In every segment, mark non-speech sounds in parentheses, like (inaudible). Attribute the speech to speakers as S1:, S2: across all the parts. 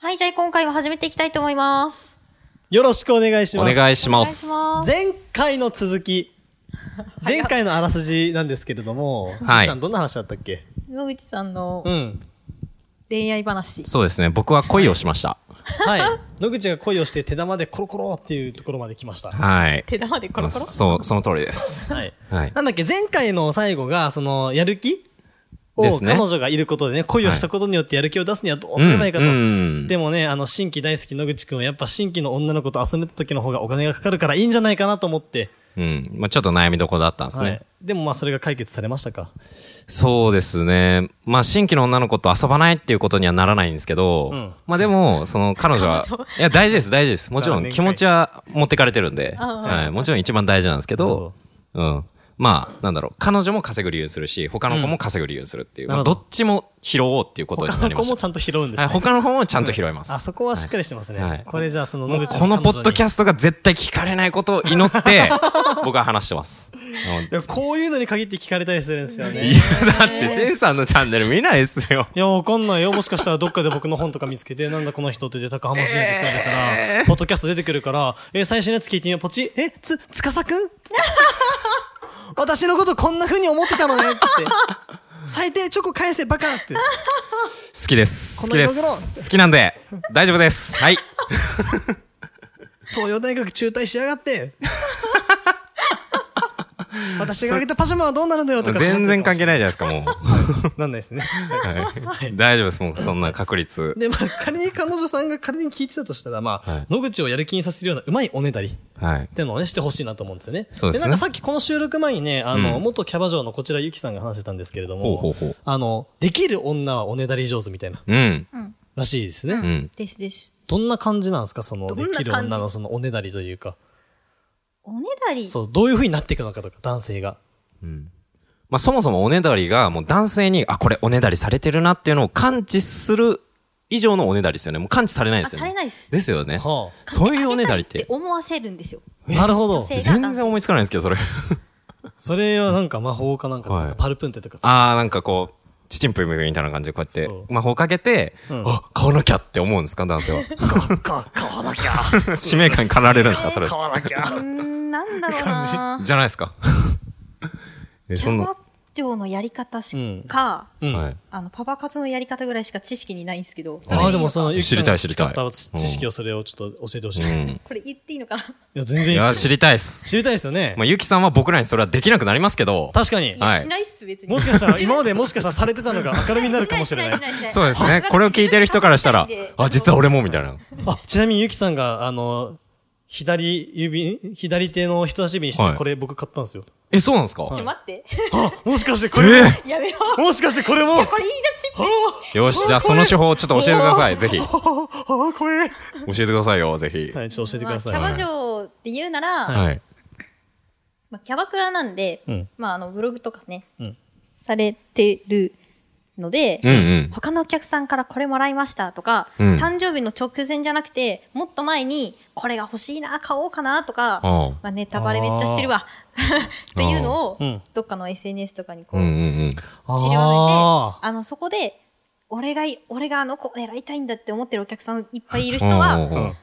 S1: はい、じゃあ今回も始めていきたいと思います。
S2: よろしくお願いし
S3: お
S2: ます。
S3: 願いし
S1: お
S3: ます。
S1: 願いします。
S2: 前回の続 (laughs) き、前回のあらすじなんですけれども、
S3: は
S2: ゆ
S3: い
S2: きさんどんな話だったっけ
S1: 野口さんの
S2: うん。
S1: 恋愛話。
S3: そうですね。僕は恋をしました。
S2: はい。野口が恋をして手玉でコロコロっていうところまで来ました。は
S3: はい。
S1: 手玉でコロコロ
S3: まあそう、その通りです。
S2: い。
S3: はい。
S2: なんだっけ、前回の最後が、その、やる気を、
S3: ですね
S2: 彼女がいることでね、恋をしたことによってやる気を出すにはどうすればいいかと。
S3: うん
S2: でもね、あの、新規大好き野口くんはやっぱ新規の女の子と遊んでた時の方がお金がかかるからいいんじゃないかなと思って。
S3: うん。まあちょっと悩みどころだったんですね。
S2: はい。でもまあそれが解決されましたか。
S3: そうですね。まあ新規の女の子と遊ばないっていうことにはならないんですけど、
S2: うん
S3: まあでも、その彼女は、いや大事です、大事です。もちろ
S2: だから
S3: ん
S2: 年会
S3: 気持ちは持ってかれてるんで、
S1: ああ
S3: はい、もちろん一番大事なんですけ
S2: なるほ
S3: ど、うん。まあ、なんだろう、彼女も稼ぐ理由にするし、他の子も稼ぐ理由にするっていう、
S2: な
S3: ま
S2: るほ
S3: あ
S2: ど
S3: どっちも拾おうっていうことに
S2: 他
S3: な
S2: の
S3: りま
S2: 子
S3: し
S2: も
S3: た。
S2: ちゃんと拾うんです
S3: は
S2: ね。
S3: い、他の方もちゃんと拾います。
S2: あそこはしっかりしてますね。
S3: はい
S2: これじゃあその
S3: も
S2: 野
S3: う
S2: 口
S3: このポッドキャ
S2: ス
S3: ストが絶対聞かれないことを祈
S2: (laughs)
S3: って、僕は話してます。
S2: トこういうのに限って聞かれたりするんですよね。
S3: い
S2: い
S3: や、だって、シンさんのチャンネル見ないですよ。
S2: や、わかんないよ。もしかしたらどっかで僕の本とか見つけて、なんだこの人って出たか浜市内で調
S3: (laughs)
S2: べたら、ポッドキャスト出てくるから、えー最初のやつ聞いてみよう。ポチえ、つ、つかさくん私のことこんな風に思ってたのねって。最低チョコ返せバカって。
S3: 好きです。
S2: こ
S3: 好
S2: の
S3: きで
S2: 色黒
S3: す。好きなんで、大丈夫です。はい。
S2: 東洋大学中退しやが
S3: (laughs)
S2: って。私があげたパジャマはどうなるんだよとか。。
S3: 全然関係ないいじゃないですか、も
S2: (laughs)
S3: う。
S2: なんないですね。
S3: はい大丈夫です、もう、そんな確率。
S2: で、まあ、仮に彼女さんが仮に聞いてたとしたら、まあ、
S3: はい
S2: 野口をやる気にさせるようなうまいおねだりっ
S3: はい。
S2: てのをね、してほしいなと思うんですよね。
S3: そうですね
S2: なんかさっきこの収録前にね、あの、
S3: うん
S2: 元キャバ嬢のこちらゆきさんが話してたんですけれども、
S3: ほうほうほう
S2: あの、できる女はおねだり上手みたいな、
S3: うん。
S2: らしいですね。
S3: うん。
S1: ですです。
S2: どんな感じなんですかその、
S1: どんな
S2: で
S1: 感じ
S2: きる女のそのおねだりというか、
S1: おねだり。
S2: そう、どういう風になっていくのかとか、男性が。
S3: まあ、そもそもおねだりが、もう男性に、あ、これおねだりされてるなっていうのを感知する以上のおねだりですよね。もう感知されないですよね。
S1: あされないです
S3: ですよね。
S2: は
S3: そういうおねだりっ
S1: 買
S3: て
S1: あげたい。思わせるんですよ。
S2: あ、なるほど
S1: 女。性
S3: 全然思いつかないんですけど、それ。
S2: それはなんか魔法かなんか使って、
S3: はい
S2: パルプンテとか使っ
S3: ああ、なんかこう、チチンプイムみたいな感じでこうやっ
S2: そう
S3: て、魔法かけて、
S2: うん
S3: あ、買わなきゃって思うんですか、男性は。
S2: て、か、買わなきゃ、
S3: 使命感に駆られるんですか、それ。
S2: 買わなきゃ
S1: う。ーん、なんだろうな
S3: じゃないですか。え
S1: キ
S3: そん
S1: ャ
S3: な
S1: バ、嬢のやり方し
S2: うん
S1: か、
S2: うん。
S3: はい。
S1: あの、パパ活のやり方ぐらいしか知識にないんですけど、それ
S2: あ
S1: いい
S2: あ、
S1: の
S2: で
S1: か
S2: もその、ゆきさん
S3: 知りた
S2: が
S3: い知りたい
S2: 使った知識をそれをちょっと教えてほしいです。
S3: うん
S2: い
S1: これ言っていいのかな
S2: や、全然
S3: い
S2: いい
S3: や、
S2: です
S3: 知
S2: よ。
S3: りたいっす。
S2: 知りたいですよね
S3: ま。あ、ゆきさんは僕らにそれはできなくなりますけど、
S2: 確かに
S1: い。や、
S3: はい
S1: しないっす、別に。
S2: もしかしたら、今までもしかしたらされてたのが明るみになるかもしれない。
S3: そ
S1: (laughs)
S3: うですね。これを聞いてる人からしたら、あ、実は俺も、みたいな。
S2: あ、ちなみにゆきさんが、あの、左指、左手の人差し指にし
S3: は
S2: て、
S3: い
S2: これ僕買ったんですよ。
S3: え、そうなんですか
S1: ちょ、待って。 (laughs)
S2: あ、もしかしてこ
S3: え
S2: れも、
S1: やめよ
S2: もしかしてこれも、
S1: う。これ言い出しっ
S3: (laughs)
S1: ぺ。
S3: ーよし、じゃあその手法をちょっと教えてください、ぜひ。教
S2: あ、これ。
S3: えてくださいよ、ぜひ。
S2: はい、ちょっと教えてください。
S1: まあキャバ嬢って言うなら、
S3: はい。
S1: まあ、キャバクラなんで、
S2: うん
S1: まあ、あの、ブログとかね、
S2: うん
S1: されてるので、
S3: うんうん。
S1: 他のお客さんからこれもらいましたとか、
S3: うん
S1: 誕生日の直前じゃなくて、もっと前にこれが欲しいな、買おうかなとか、
S3: あ
S1: まあ、ネタバレめっちゃしてるわ。っていうのを
S2: あー (laughs) うん、
S1: どっかの SNS とかにこ
S3: う
S1: う、
S3: んう
S1: 散
S3: んうん。
S2: あー
S1: りばめて、あの、そこで、俺がい、俺があの子を狙いたいんだって思ってるお客さんいっぱいいる人
S3: うんうん
S1: は、
S3: う
S2: うんん。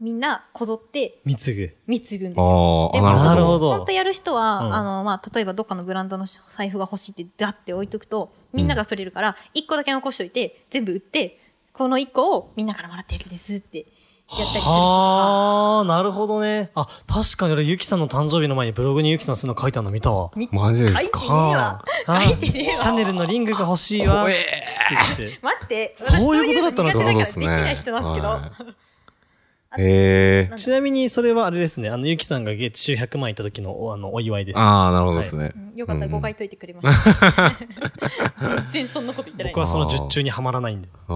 S1: みんなこぞって
S2: 貢ぐ。
S1: 貢ぐんですよ。
S3: あ
S1: で
S3: あ、
S1: も
S3: な
S2: な
S3: る
S2: る
S3: ほ
S2: ほ
S3: ど。
S2: ど。
S1: 本当やる人は、
S2: うん
S1: あの、まあ、例えばどっかのブランドの財布が欲しいって、だって置いとくと、みんながくれるから、一個だけ残しといて、全部売って、この一個をみんなからもらってるんですって、やったりする人とか、
S2: はあ、なるほどね。あ、確かに俺、ゆきさんの誕生日の前にブログにゆきさんそんなの書いたの見たわ。
S1: み
S3: マジです
S1: 書い
S3: か
S1: てねえわ。
S2: あ
S1: 書いてねえわ。
S2: シャネルのリングが欲しいわ。
S3: 怖え
S2: って言って
S1: 待って、
S2: そういうことだったの
S1: 私
S2: か
S1: そういうの苦手だから
S3: そう
S1: で
S3: いうことっすね
S1: きない人なんですけど、
S3: はへえ。
S2: ちなみにそれはあれですね、あの、ゆきさんが月収100万いった時のおあのお祝いです。
S3: ああ、なるほどですね。
S1: うんよかったら誤解解いてくれま
S2: (laughs)
S1: した。全然そんなこと言ってない
S2: 僕。はその術中にはまらないんで。
S3: う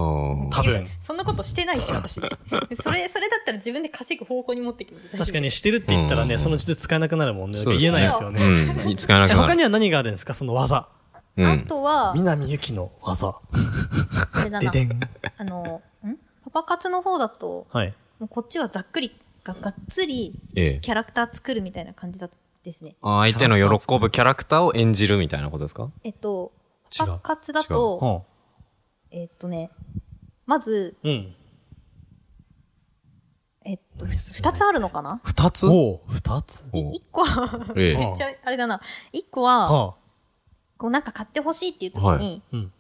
S3: ん
S2: 多分
S1: いやそんなことしてないし、私。それ、それだったら自分で稼ぐ方向に持っていけば大丈夫
S2: 確かにしてるって言ったら
S3: う
S2: ね、
S3: ん
S2: その術使えなくなるもんね。
S3: そうですね
S2: 言えないですよね。
S3: うん。使えな
S2: え
S3: くな
S2: 他
S3: る。
S2: には何があるんですかその技。
S3: う
S1: あ
S3: ん。
S1: とは、
S2: 南ゆきの技。
S1: あれだ
S2: で
S1: な。
S2: でん。
S1: あの、んパパ活の方だと、
S2: はい。
S1: もうこっちはざっくり、ががっつり、
S3: ええ
S1: キャラクター作るみたいな感じだですね。
S3: あー相手の喜ぶキャラクターを演じるみたいなことですか
S1: えっと、
S2: 違
S1: パ
S2: う
S1: パ活だ
S2: う
S1: と、
S2: ん。
S1: えっとね、まず、
S2: うん。
S1: えっと、二つあるのかな
S3: 二つ
S2: おう二つ
S3: お
S1: 一個は、
S3: え
S2: う
S3: え
S2: ん。
S1: じゃああれだな。一個は、
S2: は
S1: こうなんか買ってほしいっていう時
S3: は
S1: に
S3: い、
S2: あ。うん。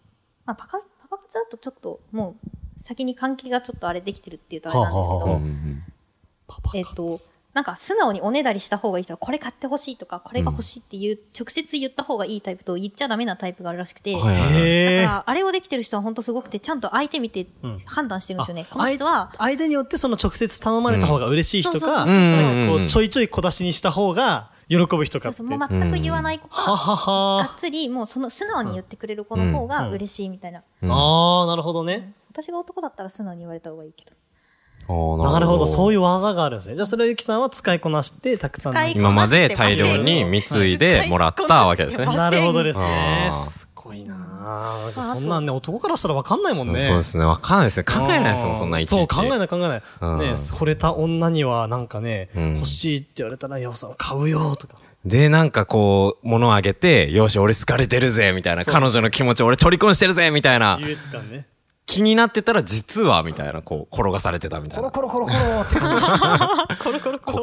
S1: まあ、パカパパ活だとちょっともう先に関係がちょっとあれできてるっていうとあれなんですけ
S2: は
S1: ど、
S2: あはあはあパパ
S1: えっと、なんか素直におねだりした方がいい人はこれ買ってほしいとかこれが欲しいっていう、直接言った方がいいタイプと言っちゃダメなタイプがあるらしくて、
S3: はいはいはい。
S1: だか
S2: へえ。
S1: らあれをできてる人は本当すごくてちゃんと相手見て
S2: うん
S1: 判断してるんですよね。
S2: あ
S1: この人は
S2: あい相手によってその直接頼まれた方が嬉しい人か、
S1: うん
S2: なんか
S3: そうそうそうそう
S2: こう、ちょいちょい小出しにした方が喜ぶ人
S1: そ
S2: か
S1: う
S2: って
S1: そう。もう全く言わない子
S2: は
S1: か、
S2: は
S1: が
S2: は
S1: っ。つりもうその素直に言ってくれる子の方が嬉しいみたいな。
S3: うん
S2: ああ、なるほどね。
S1: 私が男だったら素直に言われた方がいいけど。
S3: ああ
S2: なるほど、そう
S3: いう。
S2: いう技があるんですね。じゃあそれをゆきさんは使いこなして、たくさん。
S1: 使い
S3: 今まで大量に貢いでもらったわけですね。
S2: なるほどですね
S3: あ。ー
S2: すごいなあなんかそんなんね、男からしたらわかんないもんね。
S3: そうですね。わかんないですね。考えないですもん、そんな一
S2: そう、考え
S3: い。
S2: ない考えない。ね
S3: うん、
S2: 惚れた女にはなんかね、
S3: うん
S2: 欲しいって言われたら、ようさん買うよとか。
S3: で、なんかこう、物をあげて、よし、俺好かれてるぜ、みたいな。
S2: そう
S3: 彼女の気持ち俺取り込んしてるぜ、みたいな。
S2: 優越感ね。
S3: 気になってたら、実は、みたいな、こう、転がされてたみ
S2: コ
S3: た
S2: ロ
S3: いな。
S2: コロコロコロって感
S3: 滑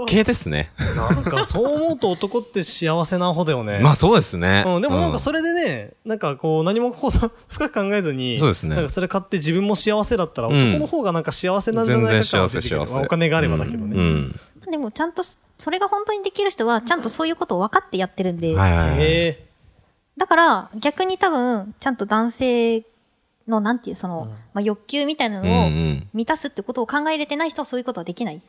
S3: 稽ですね。
S2: じ。なんかそう思うと男って幸せな方だよね。
S3: まあそうですね。
S2: (laughs) うん、でもなんかそれでね、なんかこう何もこう (laughs) 深く考えずに、
S3: そうですね
S2: なんかそれ買って自分も幸せだったら
S3: うん
S2: 男の方がなんか幸せなんじゃないか
S3: 全然
S2: 感
S3: 幸
S2: は
S3: せ
S2: 出てくる
S3: 幸せ。
S2: まあお金があればだけどね。
S3: うんうん。
S1: でもちゃんと、それが本当にできる人は、ちゃんとそういうことを分かってやってるんで、
S3: はいはいは
S2: へ
S3: い。
S2: え。
S1: だから逆に多分、ちゃんと男性のなんていう、その、まあ、欲求みたいな
S3: うんう
S1: のを
S3: ん
S1: 満たすってことを考えれてない人はそういうことはできない。ち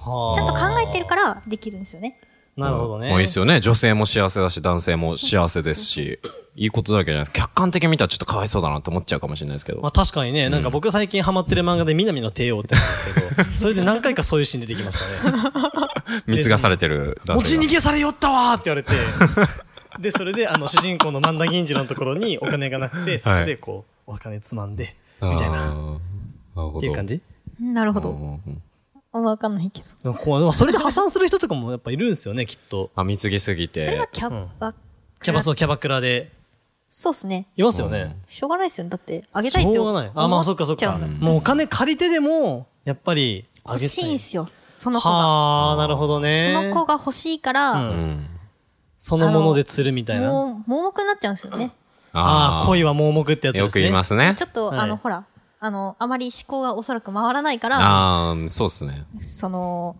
S2: はあ
S1: ゃんと考えてるからできるんですよね。
S2: なるほどね。
S3: もういいですよね。女性も幸せだし、男性も幸せですし、いいことだけじゃないです。客観的に見たらちょっとかわいそうだなって思っちゃうかもしれないですけど。
S2: まあ確かにね、なんか僕最近ハマってる漫画で南の帝王ってあるんですけど、それで何回かそういうシーン出てきました
S3: (laughs)
S2: ね。
S3: 貢がされてる
S2: 持
S3: 男
S2: ち
S3: 性が。
S2: 逃げされよったわーって言われて、で、それであの主人公の万田銀次郎のところにお金がなくて、そこでこう、お金つまんで、みたい
S3: あー
S2: な、
S3: なるほど。
S2: っていう感じ
S1: なるほ
S3: うん
S1: ど。
S3: うんうん
S1: あんま分かんないけど。
S2: でもこうまあそれで破産する人とかもやっぱいるんですよね、きっと。
S3: あ、貢ぎすぎて。
S1: それはキャバ、
S2: キャバ、そう、キャバクラで。
S1: そうっすね。
S2: いますよね。
S1: しょうがないっすよね。だって、あげたいって
S2: しょう
S1: 思
S2: が
S1: っ
S2: ない
S1: ち。ゃ
S2: あ、まあそっかそっか。
S1: うんだ
S2: もうお金借りてでも、やっぱり、あ
S1: 欲
S2: げた
S1: しいんすよ。その子が。
S2: はあ、なるほど
S1: そ
S2: ね。
S1: の子が欲しいから、
S2: うん
S3: うん。
S2: そのもので釣るみたいな。
S1: もう、盲目になっちゃうんですよね。
S2: ああー、
S3: ー
S2: 恋は盲目ってやつですね。。
S3: よく言いますすね
S1: ち。ょっと、
S2: はい
S1: あの、ほら、あの、あまり思考がおそらく回らないから、
S3: ああ、そうですね。
S1: その、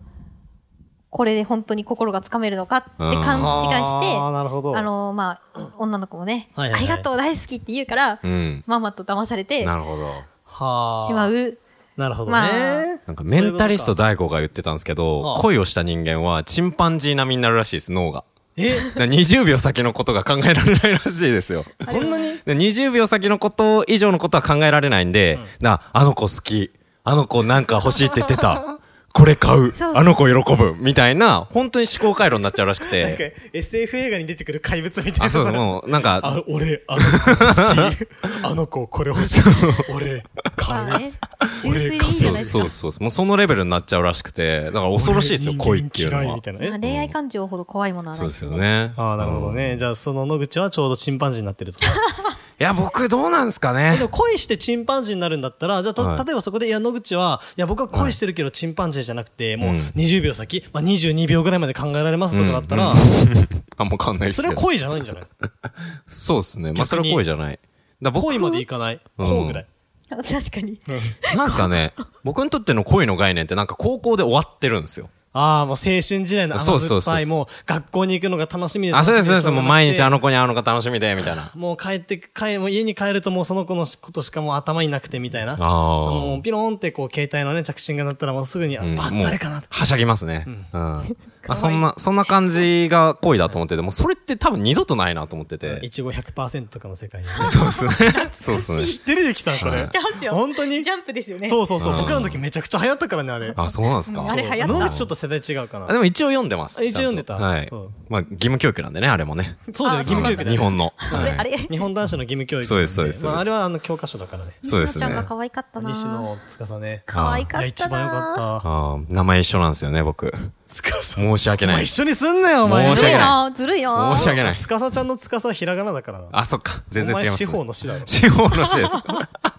S1: これで本当に心がつかめるのかって
S3: う
S1: 勘違
S3: ん
S1: いして、
S2: ああ、なるほど。
S1: あの、まあ、女の子もね、
S2: はいはいはい
S1: ありがとう大好きって言うから、
S3: うん。
S1: まんまと騙されて
S3: なるほど。
S2: はあ。
S1: しまう。
S2: なるほど
S1: まあ
S2: ね。
S3: なんかメンタリスト
S2: だ。
S3: 大悟が言ってたんですけど
S2: は、あ
S3: 恋をした人間はチンパンジー並みになるらしいです、脳が。
S2: え、
S3: だから20秒先のことが考えられないらしいですよ。
S2: そんなに
S3: で20秒先のこと以上のことは考えられないんで、な、あの子好き、あの子なんか欲しいって言っ
S2: (laughs)
S3: てた、これ買う
S1: そう、そう
S3: (laughs) あの子喜ぶ、みたいな、本当に思考回路になっちゃうらしく
S2: (laughs) なんか
S3: て、
S2: SF 映画に出てくる怪物みたいな。
S3: あ、そうそう、もう、なんか、
S2: あ、俺、あの子好
S3: (laughs)
S2: き。あの子、これ欲しい。俺、
S1: まあ
S2: 買
S1: ね
S2: う。、
S1: 純粋にいいじ
S3: そ
S1: ゃ
S3: う
S1: ないです
S3: そう
S1: か。
S3: そう、もうそのレベルになっちゃうらしくて、だから恐ろしいですよ、
S2: 俺
S3: 恋っていう
S2: 人間
S3: の
S2: 嫌
S3: は
S2: み。たいな。
S1: まあ
S2: え
S1: 恋愛感情ほど怖いものはな
S3: そ
S1: いうで
S3: です
S1: す
S3: よ
S1: ね。
S3: ね。
S2: ああ、なるほど
S3: うん。い
S2: ね。じゃあ、その野口はちょうどチンパンジーになってると。
S3: (laughs) や、僕どうなんですか
S2: で
S3: ね
S2: も。恋してチンパンジーになるんだったら、じゃあ、
S3: は
S2: た
S3: い
S2: 例えばそこで、いや、野口は、いや、僕は恋してるけどチンパンジーじゃなくて、もううん20秒先、まあ22秒ぐらいまで考えられますとかだったら、
S3: あんま変わんないです
S2: そ
S3: け
S2: れは
S3: ど。
S2: 恋じゃないんじゃない
S3: そうですね。ま
S2: 逆
S3: あ、
S2: に
S3: それは恋じゃない。だから僕
S2: 恋までいかない。
S3: うん
S2: こうぐらい。
S1: 確かに。
S3: (laughs) なんすかね、僕にとっての恋の概念ってなんか高校で終わってるんですよ。
S2: ああ、もう青春時代の甘
S3: そうそ
S2: 酸
S3: う
S2: っ
S3: そう
S2: ぱ
S3: そう
S2: い、もう学校に行くのが楽しみで
S3: あ、
S2: 楽し
S3: そ
S2: み
S3: うです、そうです。もう毎日あ
S2: の。
S3: の子に会うのが楽しみで、みたいな。
S2: もう帰って、帰、もう家に帰るともうその子のことしかもう頭になくてみたいな。
S3: あー
S2: もうピローンってこう携帯のね、着信が鳴ったらもうすぐに、あ、
S3: うん
S2: ばっ
S3: もう
S2: 誰かなって。
S3: はしゃぎますね。うん。
S2: (laughs)
S3: まあ、そんな、そんな感じが恋だと思ってて、もうそれって多分二度とないなと思って
S2: い
S3: て。
S2: ちご100%とかの世界に。
S3: (laughs) そうですね。そうですね。
S2: (laughs) 知ってるゆきさん、こ
S3: はい
S2: れ
S3: 知っ。
S1: てますよ
S2: 本当に
S1: ジャンプですよね。。
S2: そううそうそうう。
S3: ん
S2: 僕らの時めちゃくちゃ流行ったからね、あれ。
S3: あ、そうなんですか。
S1: あれ流行った
S2: 野口ちょっと世代違うか
S3: あ
S2: な。
S3: でも一応読んでます。
S2: あ一応読んでた
S3: ちゃと
S2: そ。
S3: はいうまあ、義務教育なんでね、あれもね。
S2: そうだよ、義務教育だよね
S3: 日本の。
S1: あれ、
S3: はい
S1: あれ、
S2: 日本男子の義務教育なん。
S3: そうですそうですそうです
S2: まああれはあの教科書だからね。
S3: そうですね
S1: 西野ちゃんが可愛かったな。
S2: 西野司ね。
S1: 可愛か
S2: い
S1: った
S2: や
S1: な。
S2: 一番良かった。
S3: あー名前一緒なんですよね、僕。
S2: 司。
S3: 申し訳
S2: お
S3: な
S2: 前
S3: い。
S2: 一緒にすんなよ、お前。
S3: 申し
S1: ずる
S3: 訳
S1: い
S3: ない
S1: よ、ずるいよ。
S3: 申し訳ない。
S2: 司ちゃんの司はひらがなだからな。
S3: あ、そっか。全然違い
S2: お
S3: ま
S2: 前
S3: す
S2: 司
S3: ね。
S2: 法の司だろ。か
S3: 司法の死です。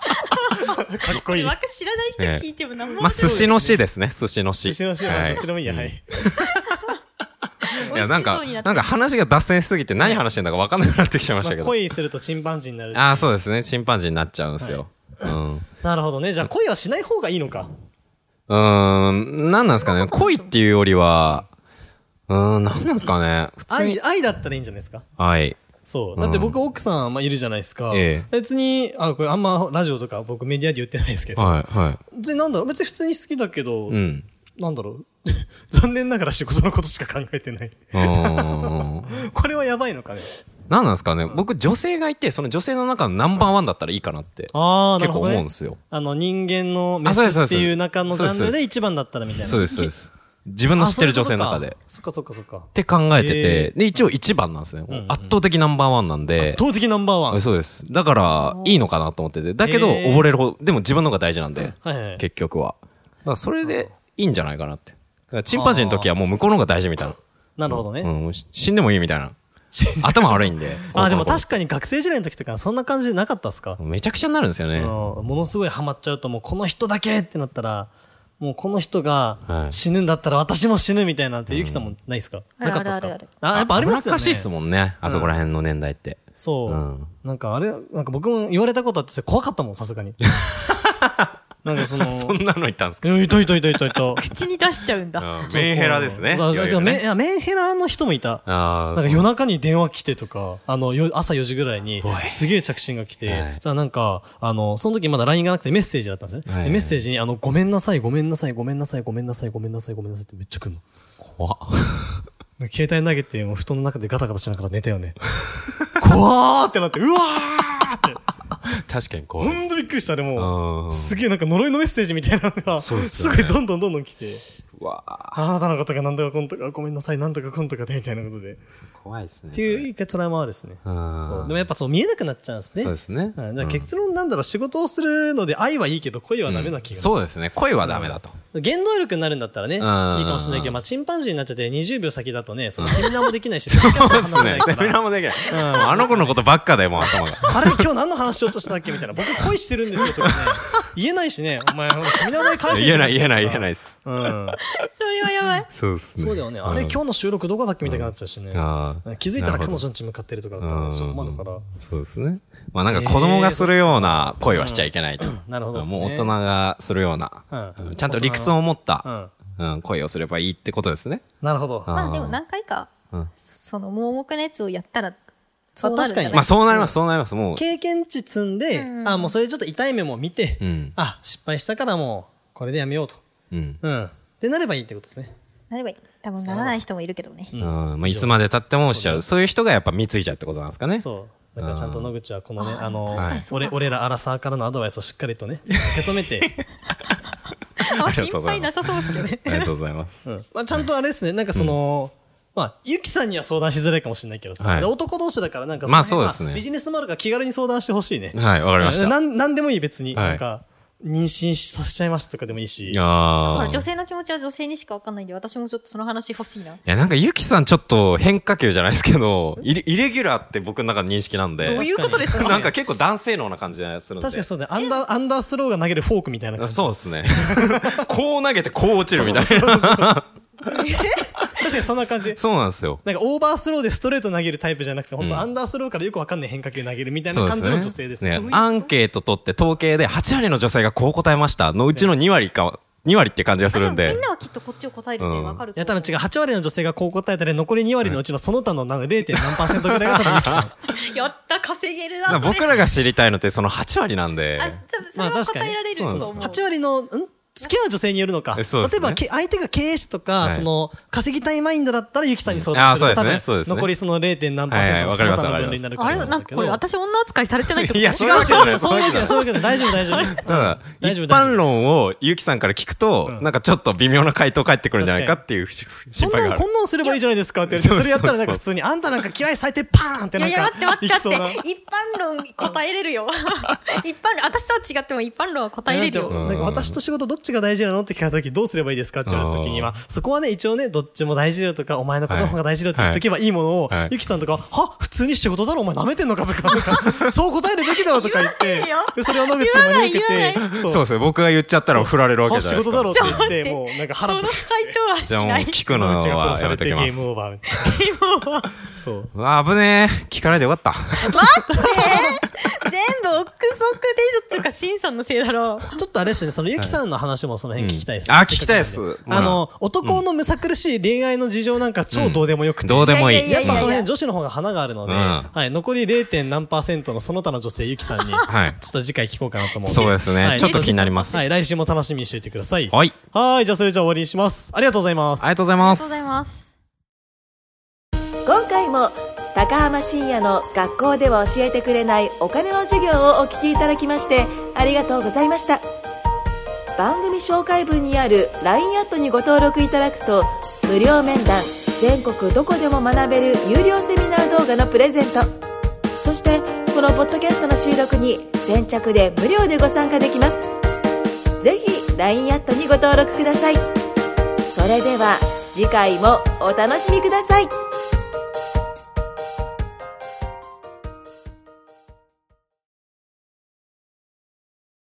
S1: (laughs)
S2: っこいい。
S1: 枠知らない人聞いても何も
S3: まあ、寿司の死ですね、寿司の死。
S2: 司司の司はどっちでもいいや、は
S3: うん
S2: い。
S1: 美味しそう
S3: いや、なんか、
S1: に
S3: な
S1: なんって
S3: か話が脱線しすぎて何話してんだか分かんなくなってきちゃいま
S2: ま
S3: し
S2: あ
S3: たけど。
S2: 恋するとチンパンジーになる。
S3: ああ、そうですね。チンパンジーになっちゃうんですよ。うん。
S2: なるほどね。じゃあ恋はしない方がいいのか。
S3: うーん、なんなんですかね。恋っていうよりは、うーん、なんなんですかね。普通に。
S2: 愛、愛だったらいいんじゃないですか。
S3: はい。
S2: そう。だって僕、奥さん、まあ、いるじゃないですか。
S3: ええ
S2: 別に、あ、これあんまラジオとか僕メディアで言ってないですけど。
S3: はい、は
S2: 別になんだろう、別に普通に好きだけど、
S3: い。うん。
S2: なんだろう。 (laughs) 残念ながら仕事のことしか考えてない。
S3: うーん。
S2: これはやばいのかね。
S3: なんなんですかね。僕、女性がいて、その女性の中のナンバーワンだったらいいかなって、
S2: ああ、な
S3: 結
S2: る
S3: 構
S2: ほど、
S3: 思
S2: ね。
S3: うんですよ。
S2: あの、人間のメ
S3: あ
S2: ス
S3: そうですそうで
S2: っ
S3: す
S2: ていう中のジャンル
S3: そうですそうで
S2: です一番だったらみたいな。
S3: そうです、そうです。自分の
S2: あ
S3: 知ってる女性の中で。っ
S2: そういうことかそっかそっかそっか。
S3: て考えて
S2: え
S3: て、で、一応一番なんですね。
S2: んうん
S3: 圧倒的ナンバーワンなんで。
S2: 圧倒的ナンバーワン。
S3: そうです。だから、いいのかなと思ってて。だけど、
S2: へー
S3: 溺れる方、でも自分の方が大事なんで、
S2: はいはい。
S3: 結局は。だから、それでいいんじゃないかなって。だからチンパンジーの時はもう向こうの方が大事みたいな。
S2: なるほどね。
S3: うん、し死んでもいいみたいな。頭悪いんで。
S2: (laughs) あ、でも
S3: か
S2: 確かに学生時代の時とかそんな感じなかったっすか、
S3: めちゃくちゃになるんですよ
S2: あ
S3: ね。
S2: のものすごいハマっちゃうともうこの人だけってなったら、もうこの人が
S3: はい
S2: 死ぬんだったら私も死ぬみたいなんて、ゆきさんもないですか、
S1: うん
S2: なかったっすか
S1: あるある
S2: あやっぱありますよね。
S3: おかしいっすもんね。あそこら辺の年代って。
S2: そう、
S3: うん
S2: なんかあれ、なんか僕も言われたことあって怖かったもん、さすが
S3: (laughs)
S2: に。なんかその、
S3: そんなのいたんですか
S2: いやいたいたいたいたいた。
S1: 口に出しちゃうんだ。
S3: うん (laughs) メンヘラですね。い
S2: そう
S3: わ
S2: そう
S3: ゆ
S2: いや
S3: る
S2: メン
S3: ね
S2: いやメンヘラの人もいた。
S3: あ
S2: なん
S3: あ
S2: か、夜中に電話来てとか、あの、よ朝4時ぐらいに
S3: お、い
S2: すげえ着信が来て、
S3: はい
S2: じゃあなんか、あの、その時まだ LINE がなくてメッセージだったんですね。
S3: はい
S2: でメッセージに、あの、ごめんなさい、ごめんなさい、ごめんなさい、ごめんなさい、ごめんなさい、ごめんなさいってめっちゃ来るの。
S3: 怖っ
S2: なんか携帯投げて、もう布団の中でガタガタしながら寝たよね。怖ーってなって、うわーって。
S3: 確かに怖
S2: ほ
S3: いです。
S2: んとびっくりした、あれ
S3: う
S2: もう。
S3: ん
S2: すげえなんか呪いのメッセージみたいなのが、
S3: そうで
S2: す
S3: すよ
S2: ご
S3: ね
S2: いどんどんどんどん来て、
S3: うわ
S2: あなたのことがなんとかこんとか、ごめんなさい、なんとかこんとかで、みたいなことで。っ
S3: ー怖いですね。
S2: ていう一回トラウマはですね。
S3: うん
S2: そうでもやっぱそう見えなくなっちゃうんですね。
S3: そうですね。
S2: はいだから結論なんだろう、仕事をするので愛はいいけど恋はダメな気がする。
S3: そうですね。恋はダメだと。
S2: 原動力になるんだったらね、いい
S3: ん
S2: かもしれないけど、まあ、チンパンジーになっちゃって20秒先だとね、そ
S3: (laughs)
S2: のセミナーもできないし、 (laughs) そう
S3: そうですね。セミナーもできない。もうあの子のことばっかでもう頭
S2: (laughs)
S3: が。
S2: あれ今日何の話しようとしたっけみたいな。僕恋してるんですよと
S3: (laughs)
S2: かね、言えないしね、お前、セミナー代返せ
S3: 言えない、言えない、言えない
S2: い。
S3: です。
S2: うん。
S1: それはやばい。
S3: そうです
S2: そうだよね。あれ今日の収録どこだっけみたいになっちゃうしね。
S3: あー
S2: 気づいたら
S3: なるほ
S2: 彼
S3: ど
S2: 女んち向かってるとかだったらね、そこまでから。
S3: そうですね。まあなんか子供がするような恋はしちゃいけないと。
S2: なるほどっすね
S3: もう大人がするような、
S2: うん
S3: うんちゃんと理屈を持った、
S2: う
S3: うん、恋をすればいいってことですね。
S2: ん。なるほど。
S3: あー
S1: まあでも何回か、その盲目のやつをやったら、そうなるんじゃない
S2: 確かに
S3: まあそうなります、そうなります。もう、
S2: 経験値積んで、
S1: うん
S2: あもうそれちょっと痛い目も見て、
S3: うん
S2: あ失敗したからもうこれでやめようと、
S3: うん。
S2: うん、ってなればいいってことですね
S1: なればいい。多分ならない人もいるけどね。
S3: うんまあ、いつまで経ってもしちゃう。そういう人がやっぱ見ついちゃうってことなんですかね。
S2: そうだからちゃんと野口はこのね、
S1: あー
S2: あの
S1: 確
S3: かに
S1: そう
S2: 俺
S1: だ
S2: 俺らアラサーからのアドバイスをしっかりとね受け止めて、
S1: (laughs) あんま
S3: りが
S1: 心
S3: とうござ
S1: 配
S3: いま
S1: な
S3: す
S1: さそうですけど (laughs) ね。
S3: ありが (laughs) とうございます。
S2: うんまあ、ちゃんとあれですねなんかその、まあ、ゆきさんには相談しづらいかもしれないけどさ、
S3: はい
S2: で男同士だからなんか
S3: まあ
S2: の辺は
S3: そうですね
S2: ビジネスもあるから気軽に相談してほしいね。
S3: はい、わかりました。
S2: なんなんでもいい別に、
S3: はい
S2: なんか、妊娠させちゃいましたとかでもいいし。
S3: あ
S1: ほら
S3: ー
S1: 女性の気持ちは女性にしかわかんないんで、私もちょっとその話欲しいな。
S3: いや、なんか、ゆきさんちょっと変化球じゃないですけど、イレイレギュラーって僕の中の認識なんで。
S1: どういうことです
S2: 確
S1: か
S3: (laughs) なんか結構男性能な感じがするんで。
S2: 確かにそうだね。アンダー、アンダースローが投げるフォークみたいな感じ。
S3: そうですね。 (laughs) こう投げてこう落ちるみたいな。
S2: 確かにそんな感じ。
S3: そうなんですよ。
S2: なんかオーバースローでストレート投げるタイプじゃなくて、本当
S3: うん
S2: アンダースローからよくわかんない変化球投げるみたい
S3: そ
S2: な
S3: うで
S2: 感
S3: す
S2: じの女性ですね。
S3: ねアンケート取って統計で8割の女性がこう答えましたのうちの2割か2割って感じがするん
S1: あ
S3: で
S1: もみん。なはきっとこっちを答えるってわかると
S2: や、
S1: 思
S2: 多
S1: う
S2: 分違う。8割の女性がこう答えたら、残り2割のうちのその他の
S3: (laughs)
S2: なんか 0. 何パーセントぐらいが多分ミキさん。
S1: やった、稼げるな、
S3: な
S1: それ
S3: 僕らが知りたいのってその8割なんで。
S1: あ、多分それは答えられると
S3: ま
S1: 思
S3: あ
S1: う。
S3: 確
S2: 8割の、ん付き合う女性によるのか。
S3: えそうです
S2: 例
S3: ね
S2: えばけ、相手が経営者とか、
S3: はい
S2: その、稼ぎたいマインドだったら、ゆきさんに相談すると、
S3: うんあーそ
S2: 多
S3: うですね
S2: 分
S3: そうですね
S2: 残りその 0. 何パーセントの
S3: はい
S2: そ
S3: はい
S2: の
S3: わかります
S2: 他の分類になるか
S1: あ
S2: ら
S1: れ、なんかこれ、
S2: だけど
S1: 私女扱いされてないってこ
S3: い (laughs) や、
S1: と
S3: 違う
S2: 違う違う違
S3: 違
S2: う、
S3: う。
S2: そういうわけじゃない、そういうわけじゃない、大丈夫大丈
S3: ただ、
S2: 大
S3: 一
S2: 丈夫
S3: 般論をゆきさんから聞くと、なんかちょっと微妙な回答返ってくるんじゃないかっていう
S2: 夫。
S3: 心
S2: こん
S3: 配
S2: な
S3: が
S2: ん、
S3: あ
S2: こ
S3: る。
S2: んなんすればいいじゃないですかって言われて、
S3: そう
S2: それ
S3: そうそ
S2: や
S3: う
S2: ったらなんか普通に、あんたなんか嫌い最低パーンって
S1: い
S2: な
S1: や
S2: ん
S1: いや、
S2: か
S1: 待って、待
S2: い
S1: って、
S2: きそうな、
S1: 待って。一般論答えれるよ。 (laughs) 一般論、私とは違っても一般論は答えれる
S2: なん
S1: よ。
S2: かなんか私と仕事どっちが大事なのって聞かれた時どうすればいいですかって言われた時には、そこはね、一応ね、どっちも大事だよとか、お前のことの方が大事だよって言っとけばいいものを
S3: はい、
S2: ゆきさんとか、は普通に仕事だろお前舐めてんのかとか、なんかそう答えるべきだろとか言って
S1: 言わないよ、
S2: でそれを野口真に受け
S1: 言わ
S2: て
S1: な、
S3: そうですよ。僕が言っちゃったら振られるわけ
S2: は
S3: じゃ
S2: 仕
S3: ないです
S2: 事だ
S3: か
S2: ろ。って
S1: ちょっと待
S2: 言
S1: っ
S2: ってて、もうなんか
S1: そ
S2: 腹
S1: の
S2: ぶ
S1: 回
S2: つ
S1: 答はし
S3: じゃあもう
S1: ない。
S3: 聞くの
S2: 野口が
S3: は
S2: 殺
S3: や
S2: さ
S3: め
S2: れ
S3: と
S2: て
S3: き
S2: ゲ
S3: ま
S2: ー
S3: す
S2: ム。オーバーみたいな。そう。
S3: うわ危ねえ。聞かないでよ
S2: (laughs)
S3: かった。
S1: 全部憶測でしょっていうか、シンさんのせいだろう。
S2: ちょっとあれですね、そのゆきさんの話もその辺聞きたいですね。
S3: うんあ聞きたいです
S2: せっかくなん
S3: まあ
S2: あの、男のむさ苦しい恋愛の事情なんか超どうでもよくて。
S3: どうでもい
S1: い
S3: い。
S1: や
S2: や
S1: い
S2: っ
S1: やいや
S2: ぱ
S1: い
S2: そ
S1: や
S2: の辺女子の方が花があるので、
S3: うん
S2: はい、残り 0. 何パーセントのその他の女性ゆきさん
S3: (laughs)
S2: に、
S3: はい
S2: ちょっと次回聞こうかなと思うの
S3: そうですね
S2: はい
S3: ちょっと気になります
S2: はい、来週も楽しみにしておいてください。
S3: はい。
S2: はーい、じゃあそれじゃあ終わりにします。ありがとうございます。
S3: ありがとうござい
S1: あり
S3: ま
S1: がとうござい
S3: す。
S1: ます。
S4: 今回も高浜深也の学校では教えてくれないお金の授業をお聞きいただきましてありがとうございました番組紹介文にある LINE アットにご登録いただくと無料面談全国どこでも学べる有料セミナー動画のプレゼントそしてこのポッドキャストの収録に先着で無料でご参加できますぜひ LINE アットにご登録くださいそれでは次回もお楽しみください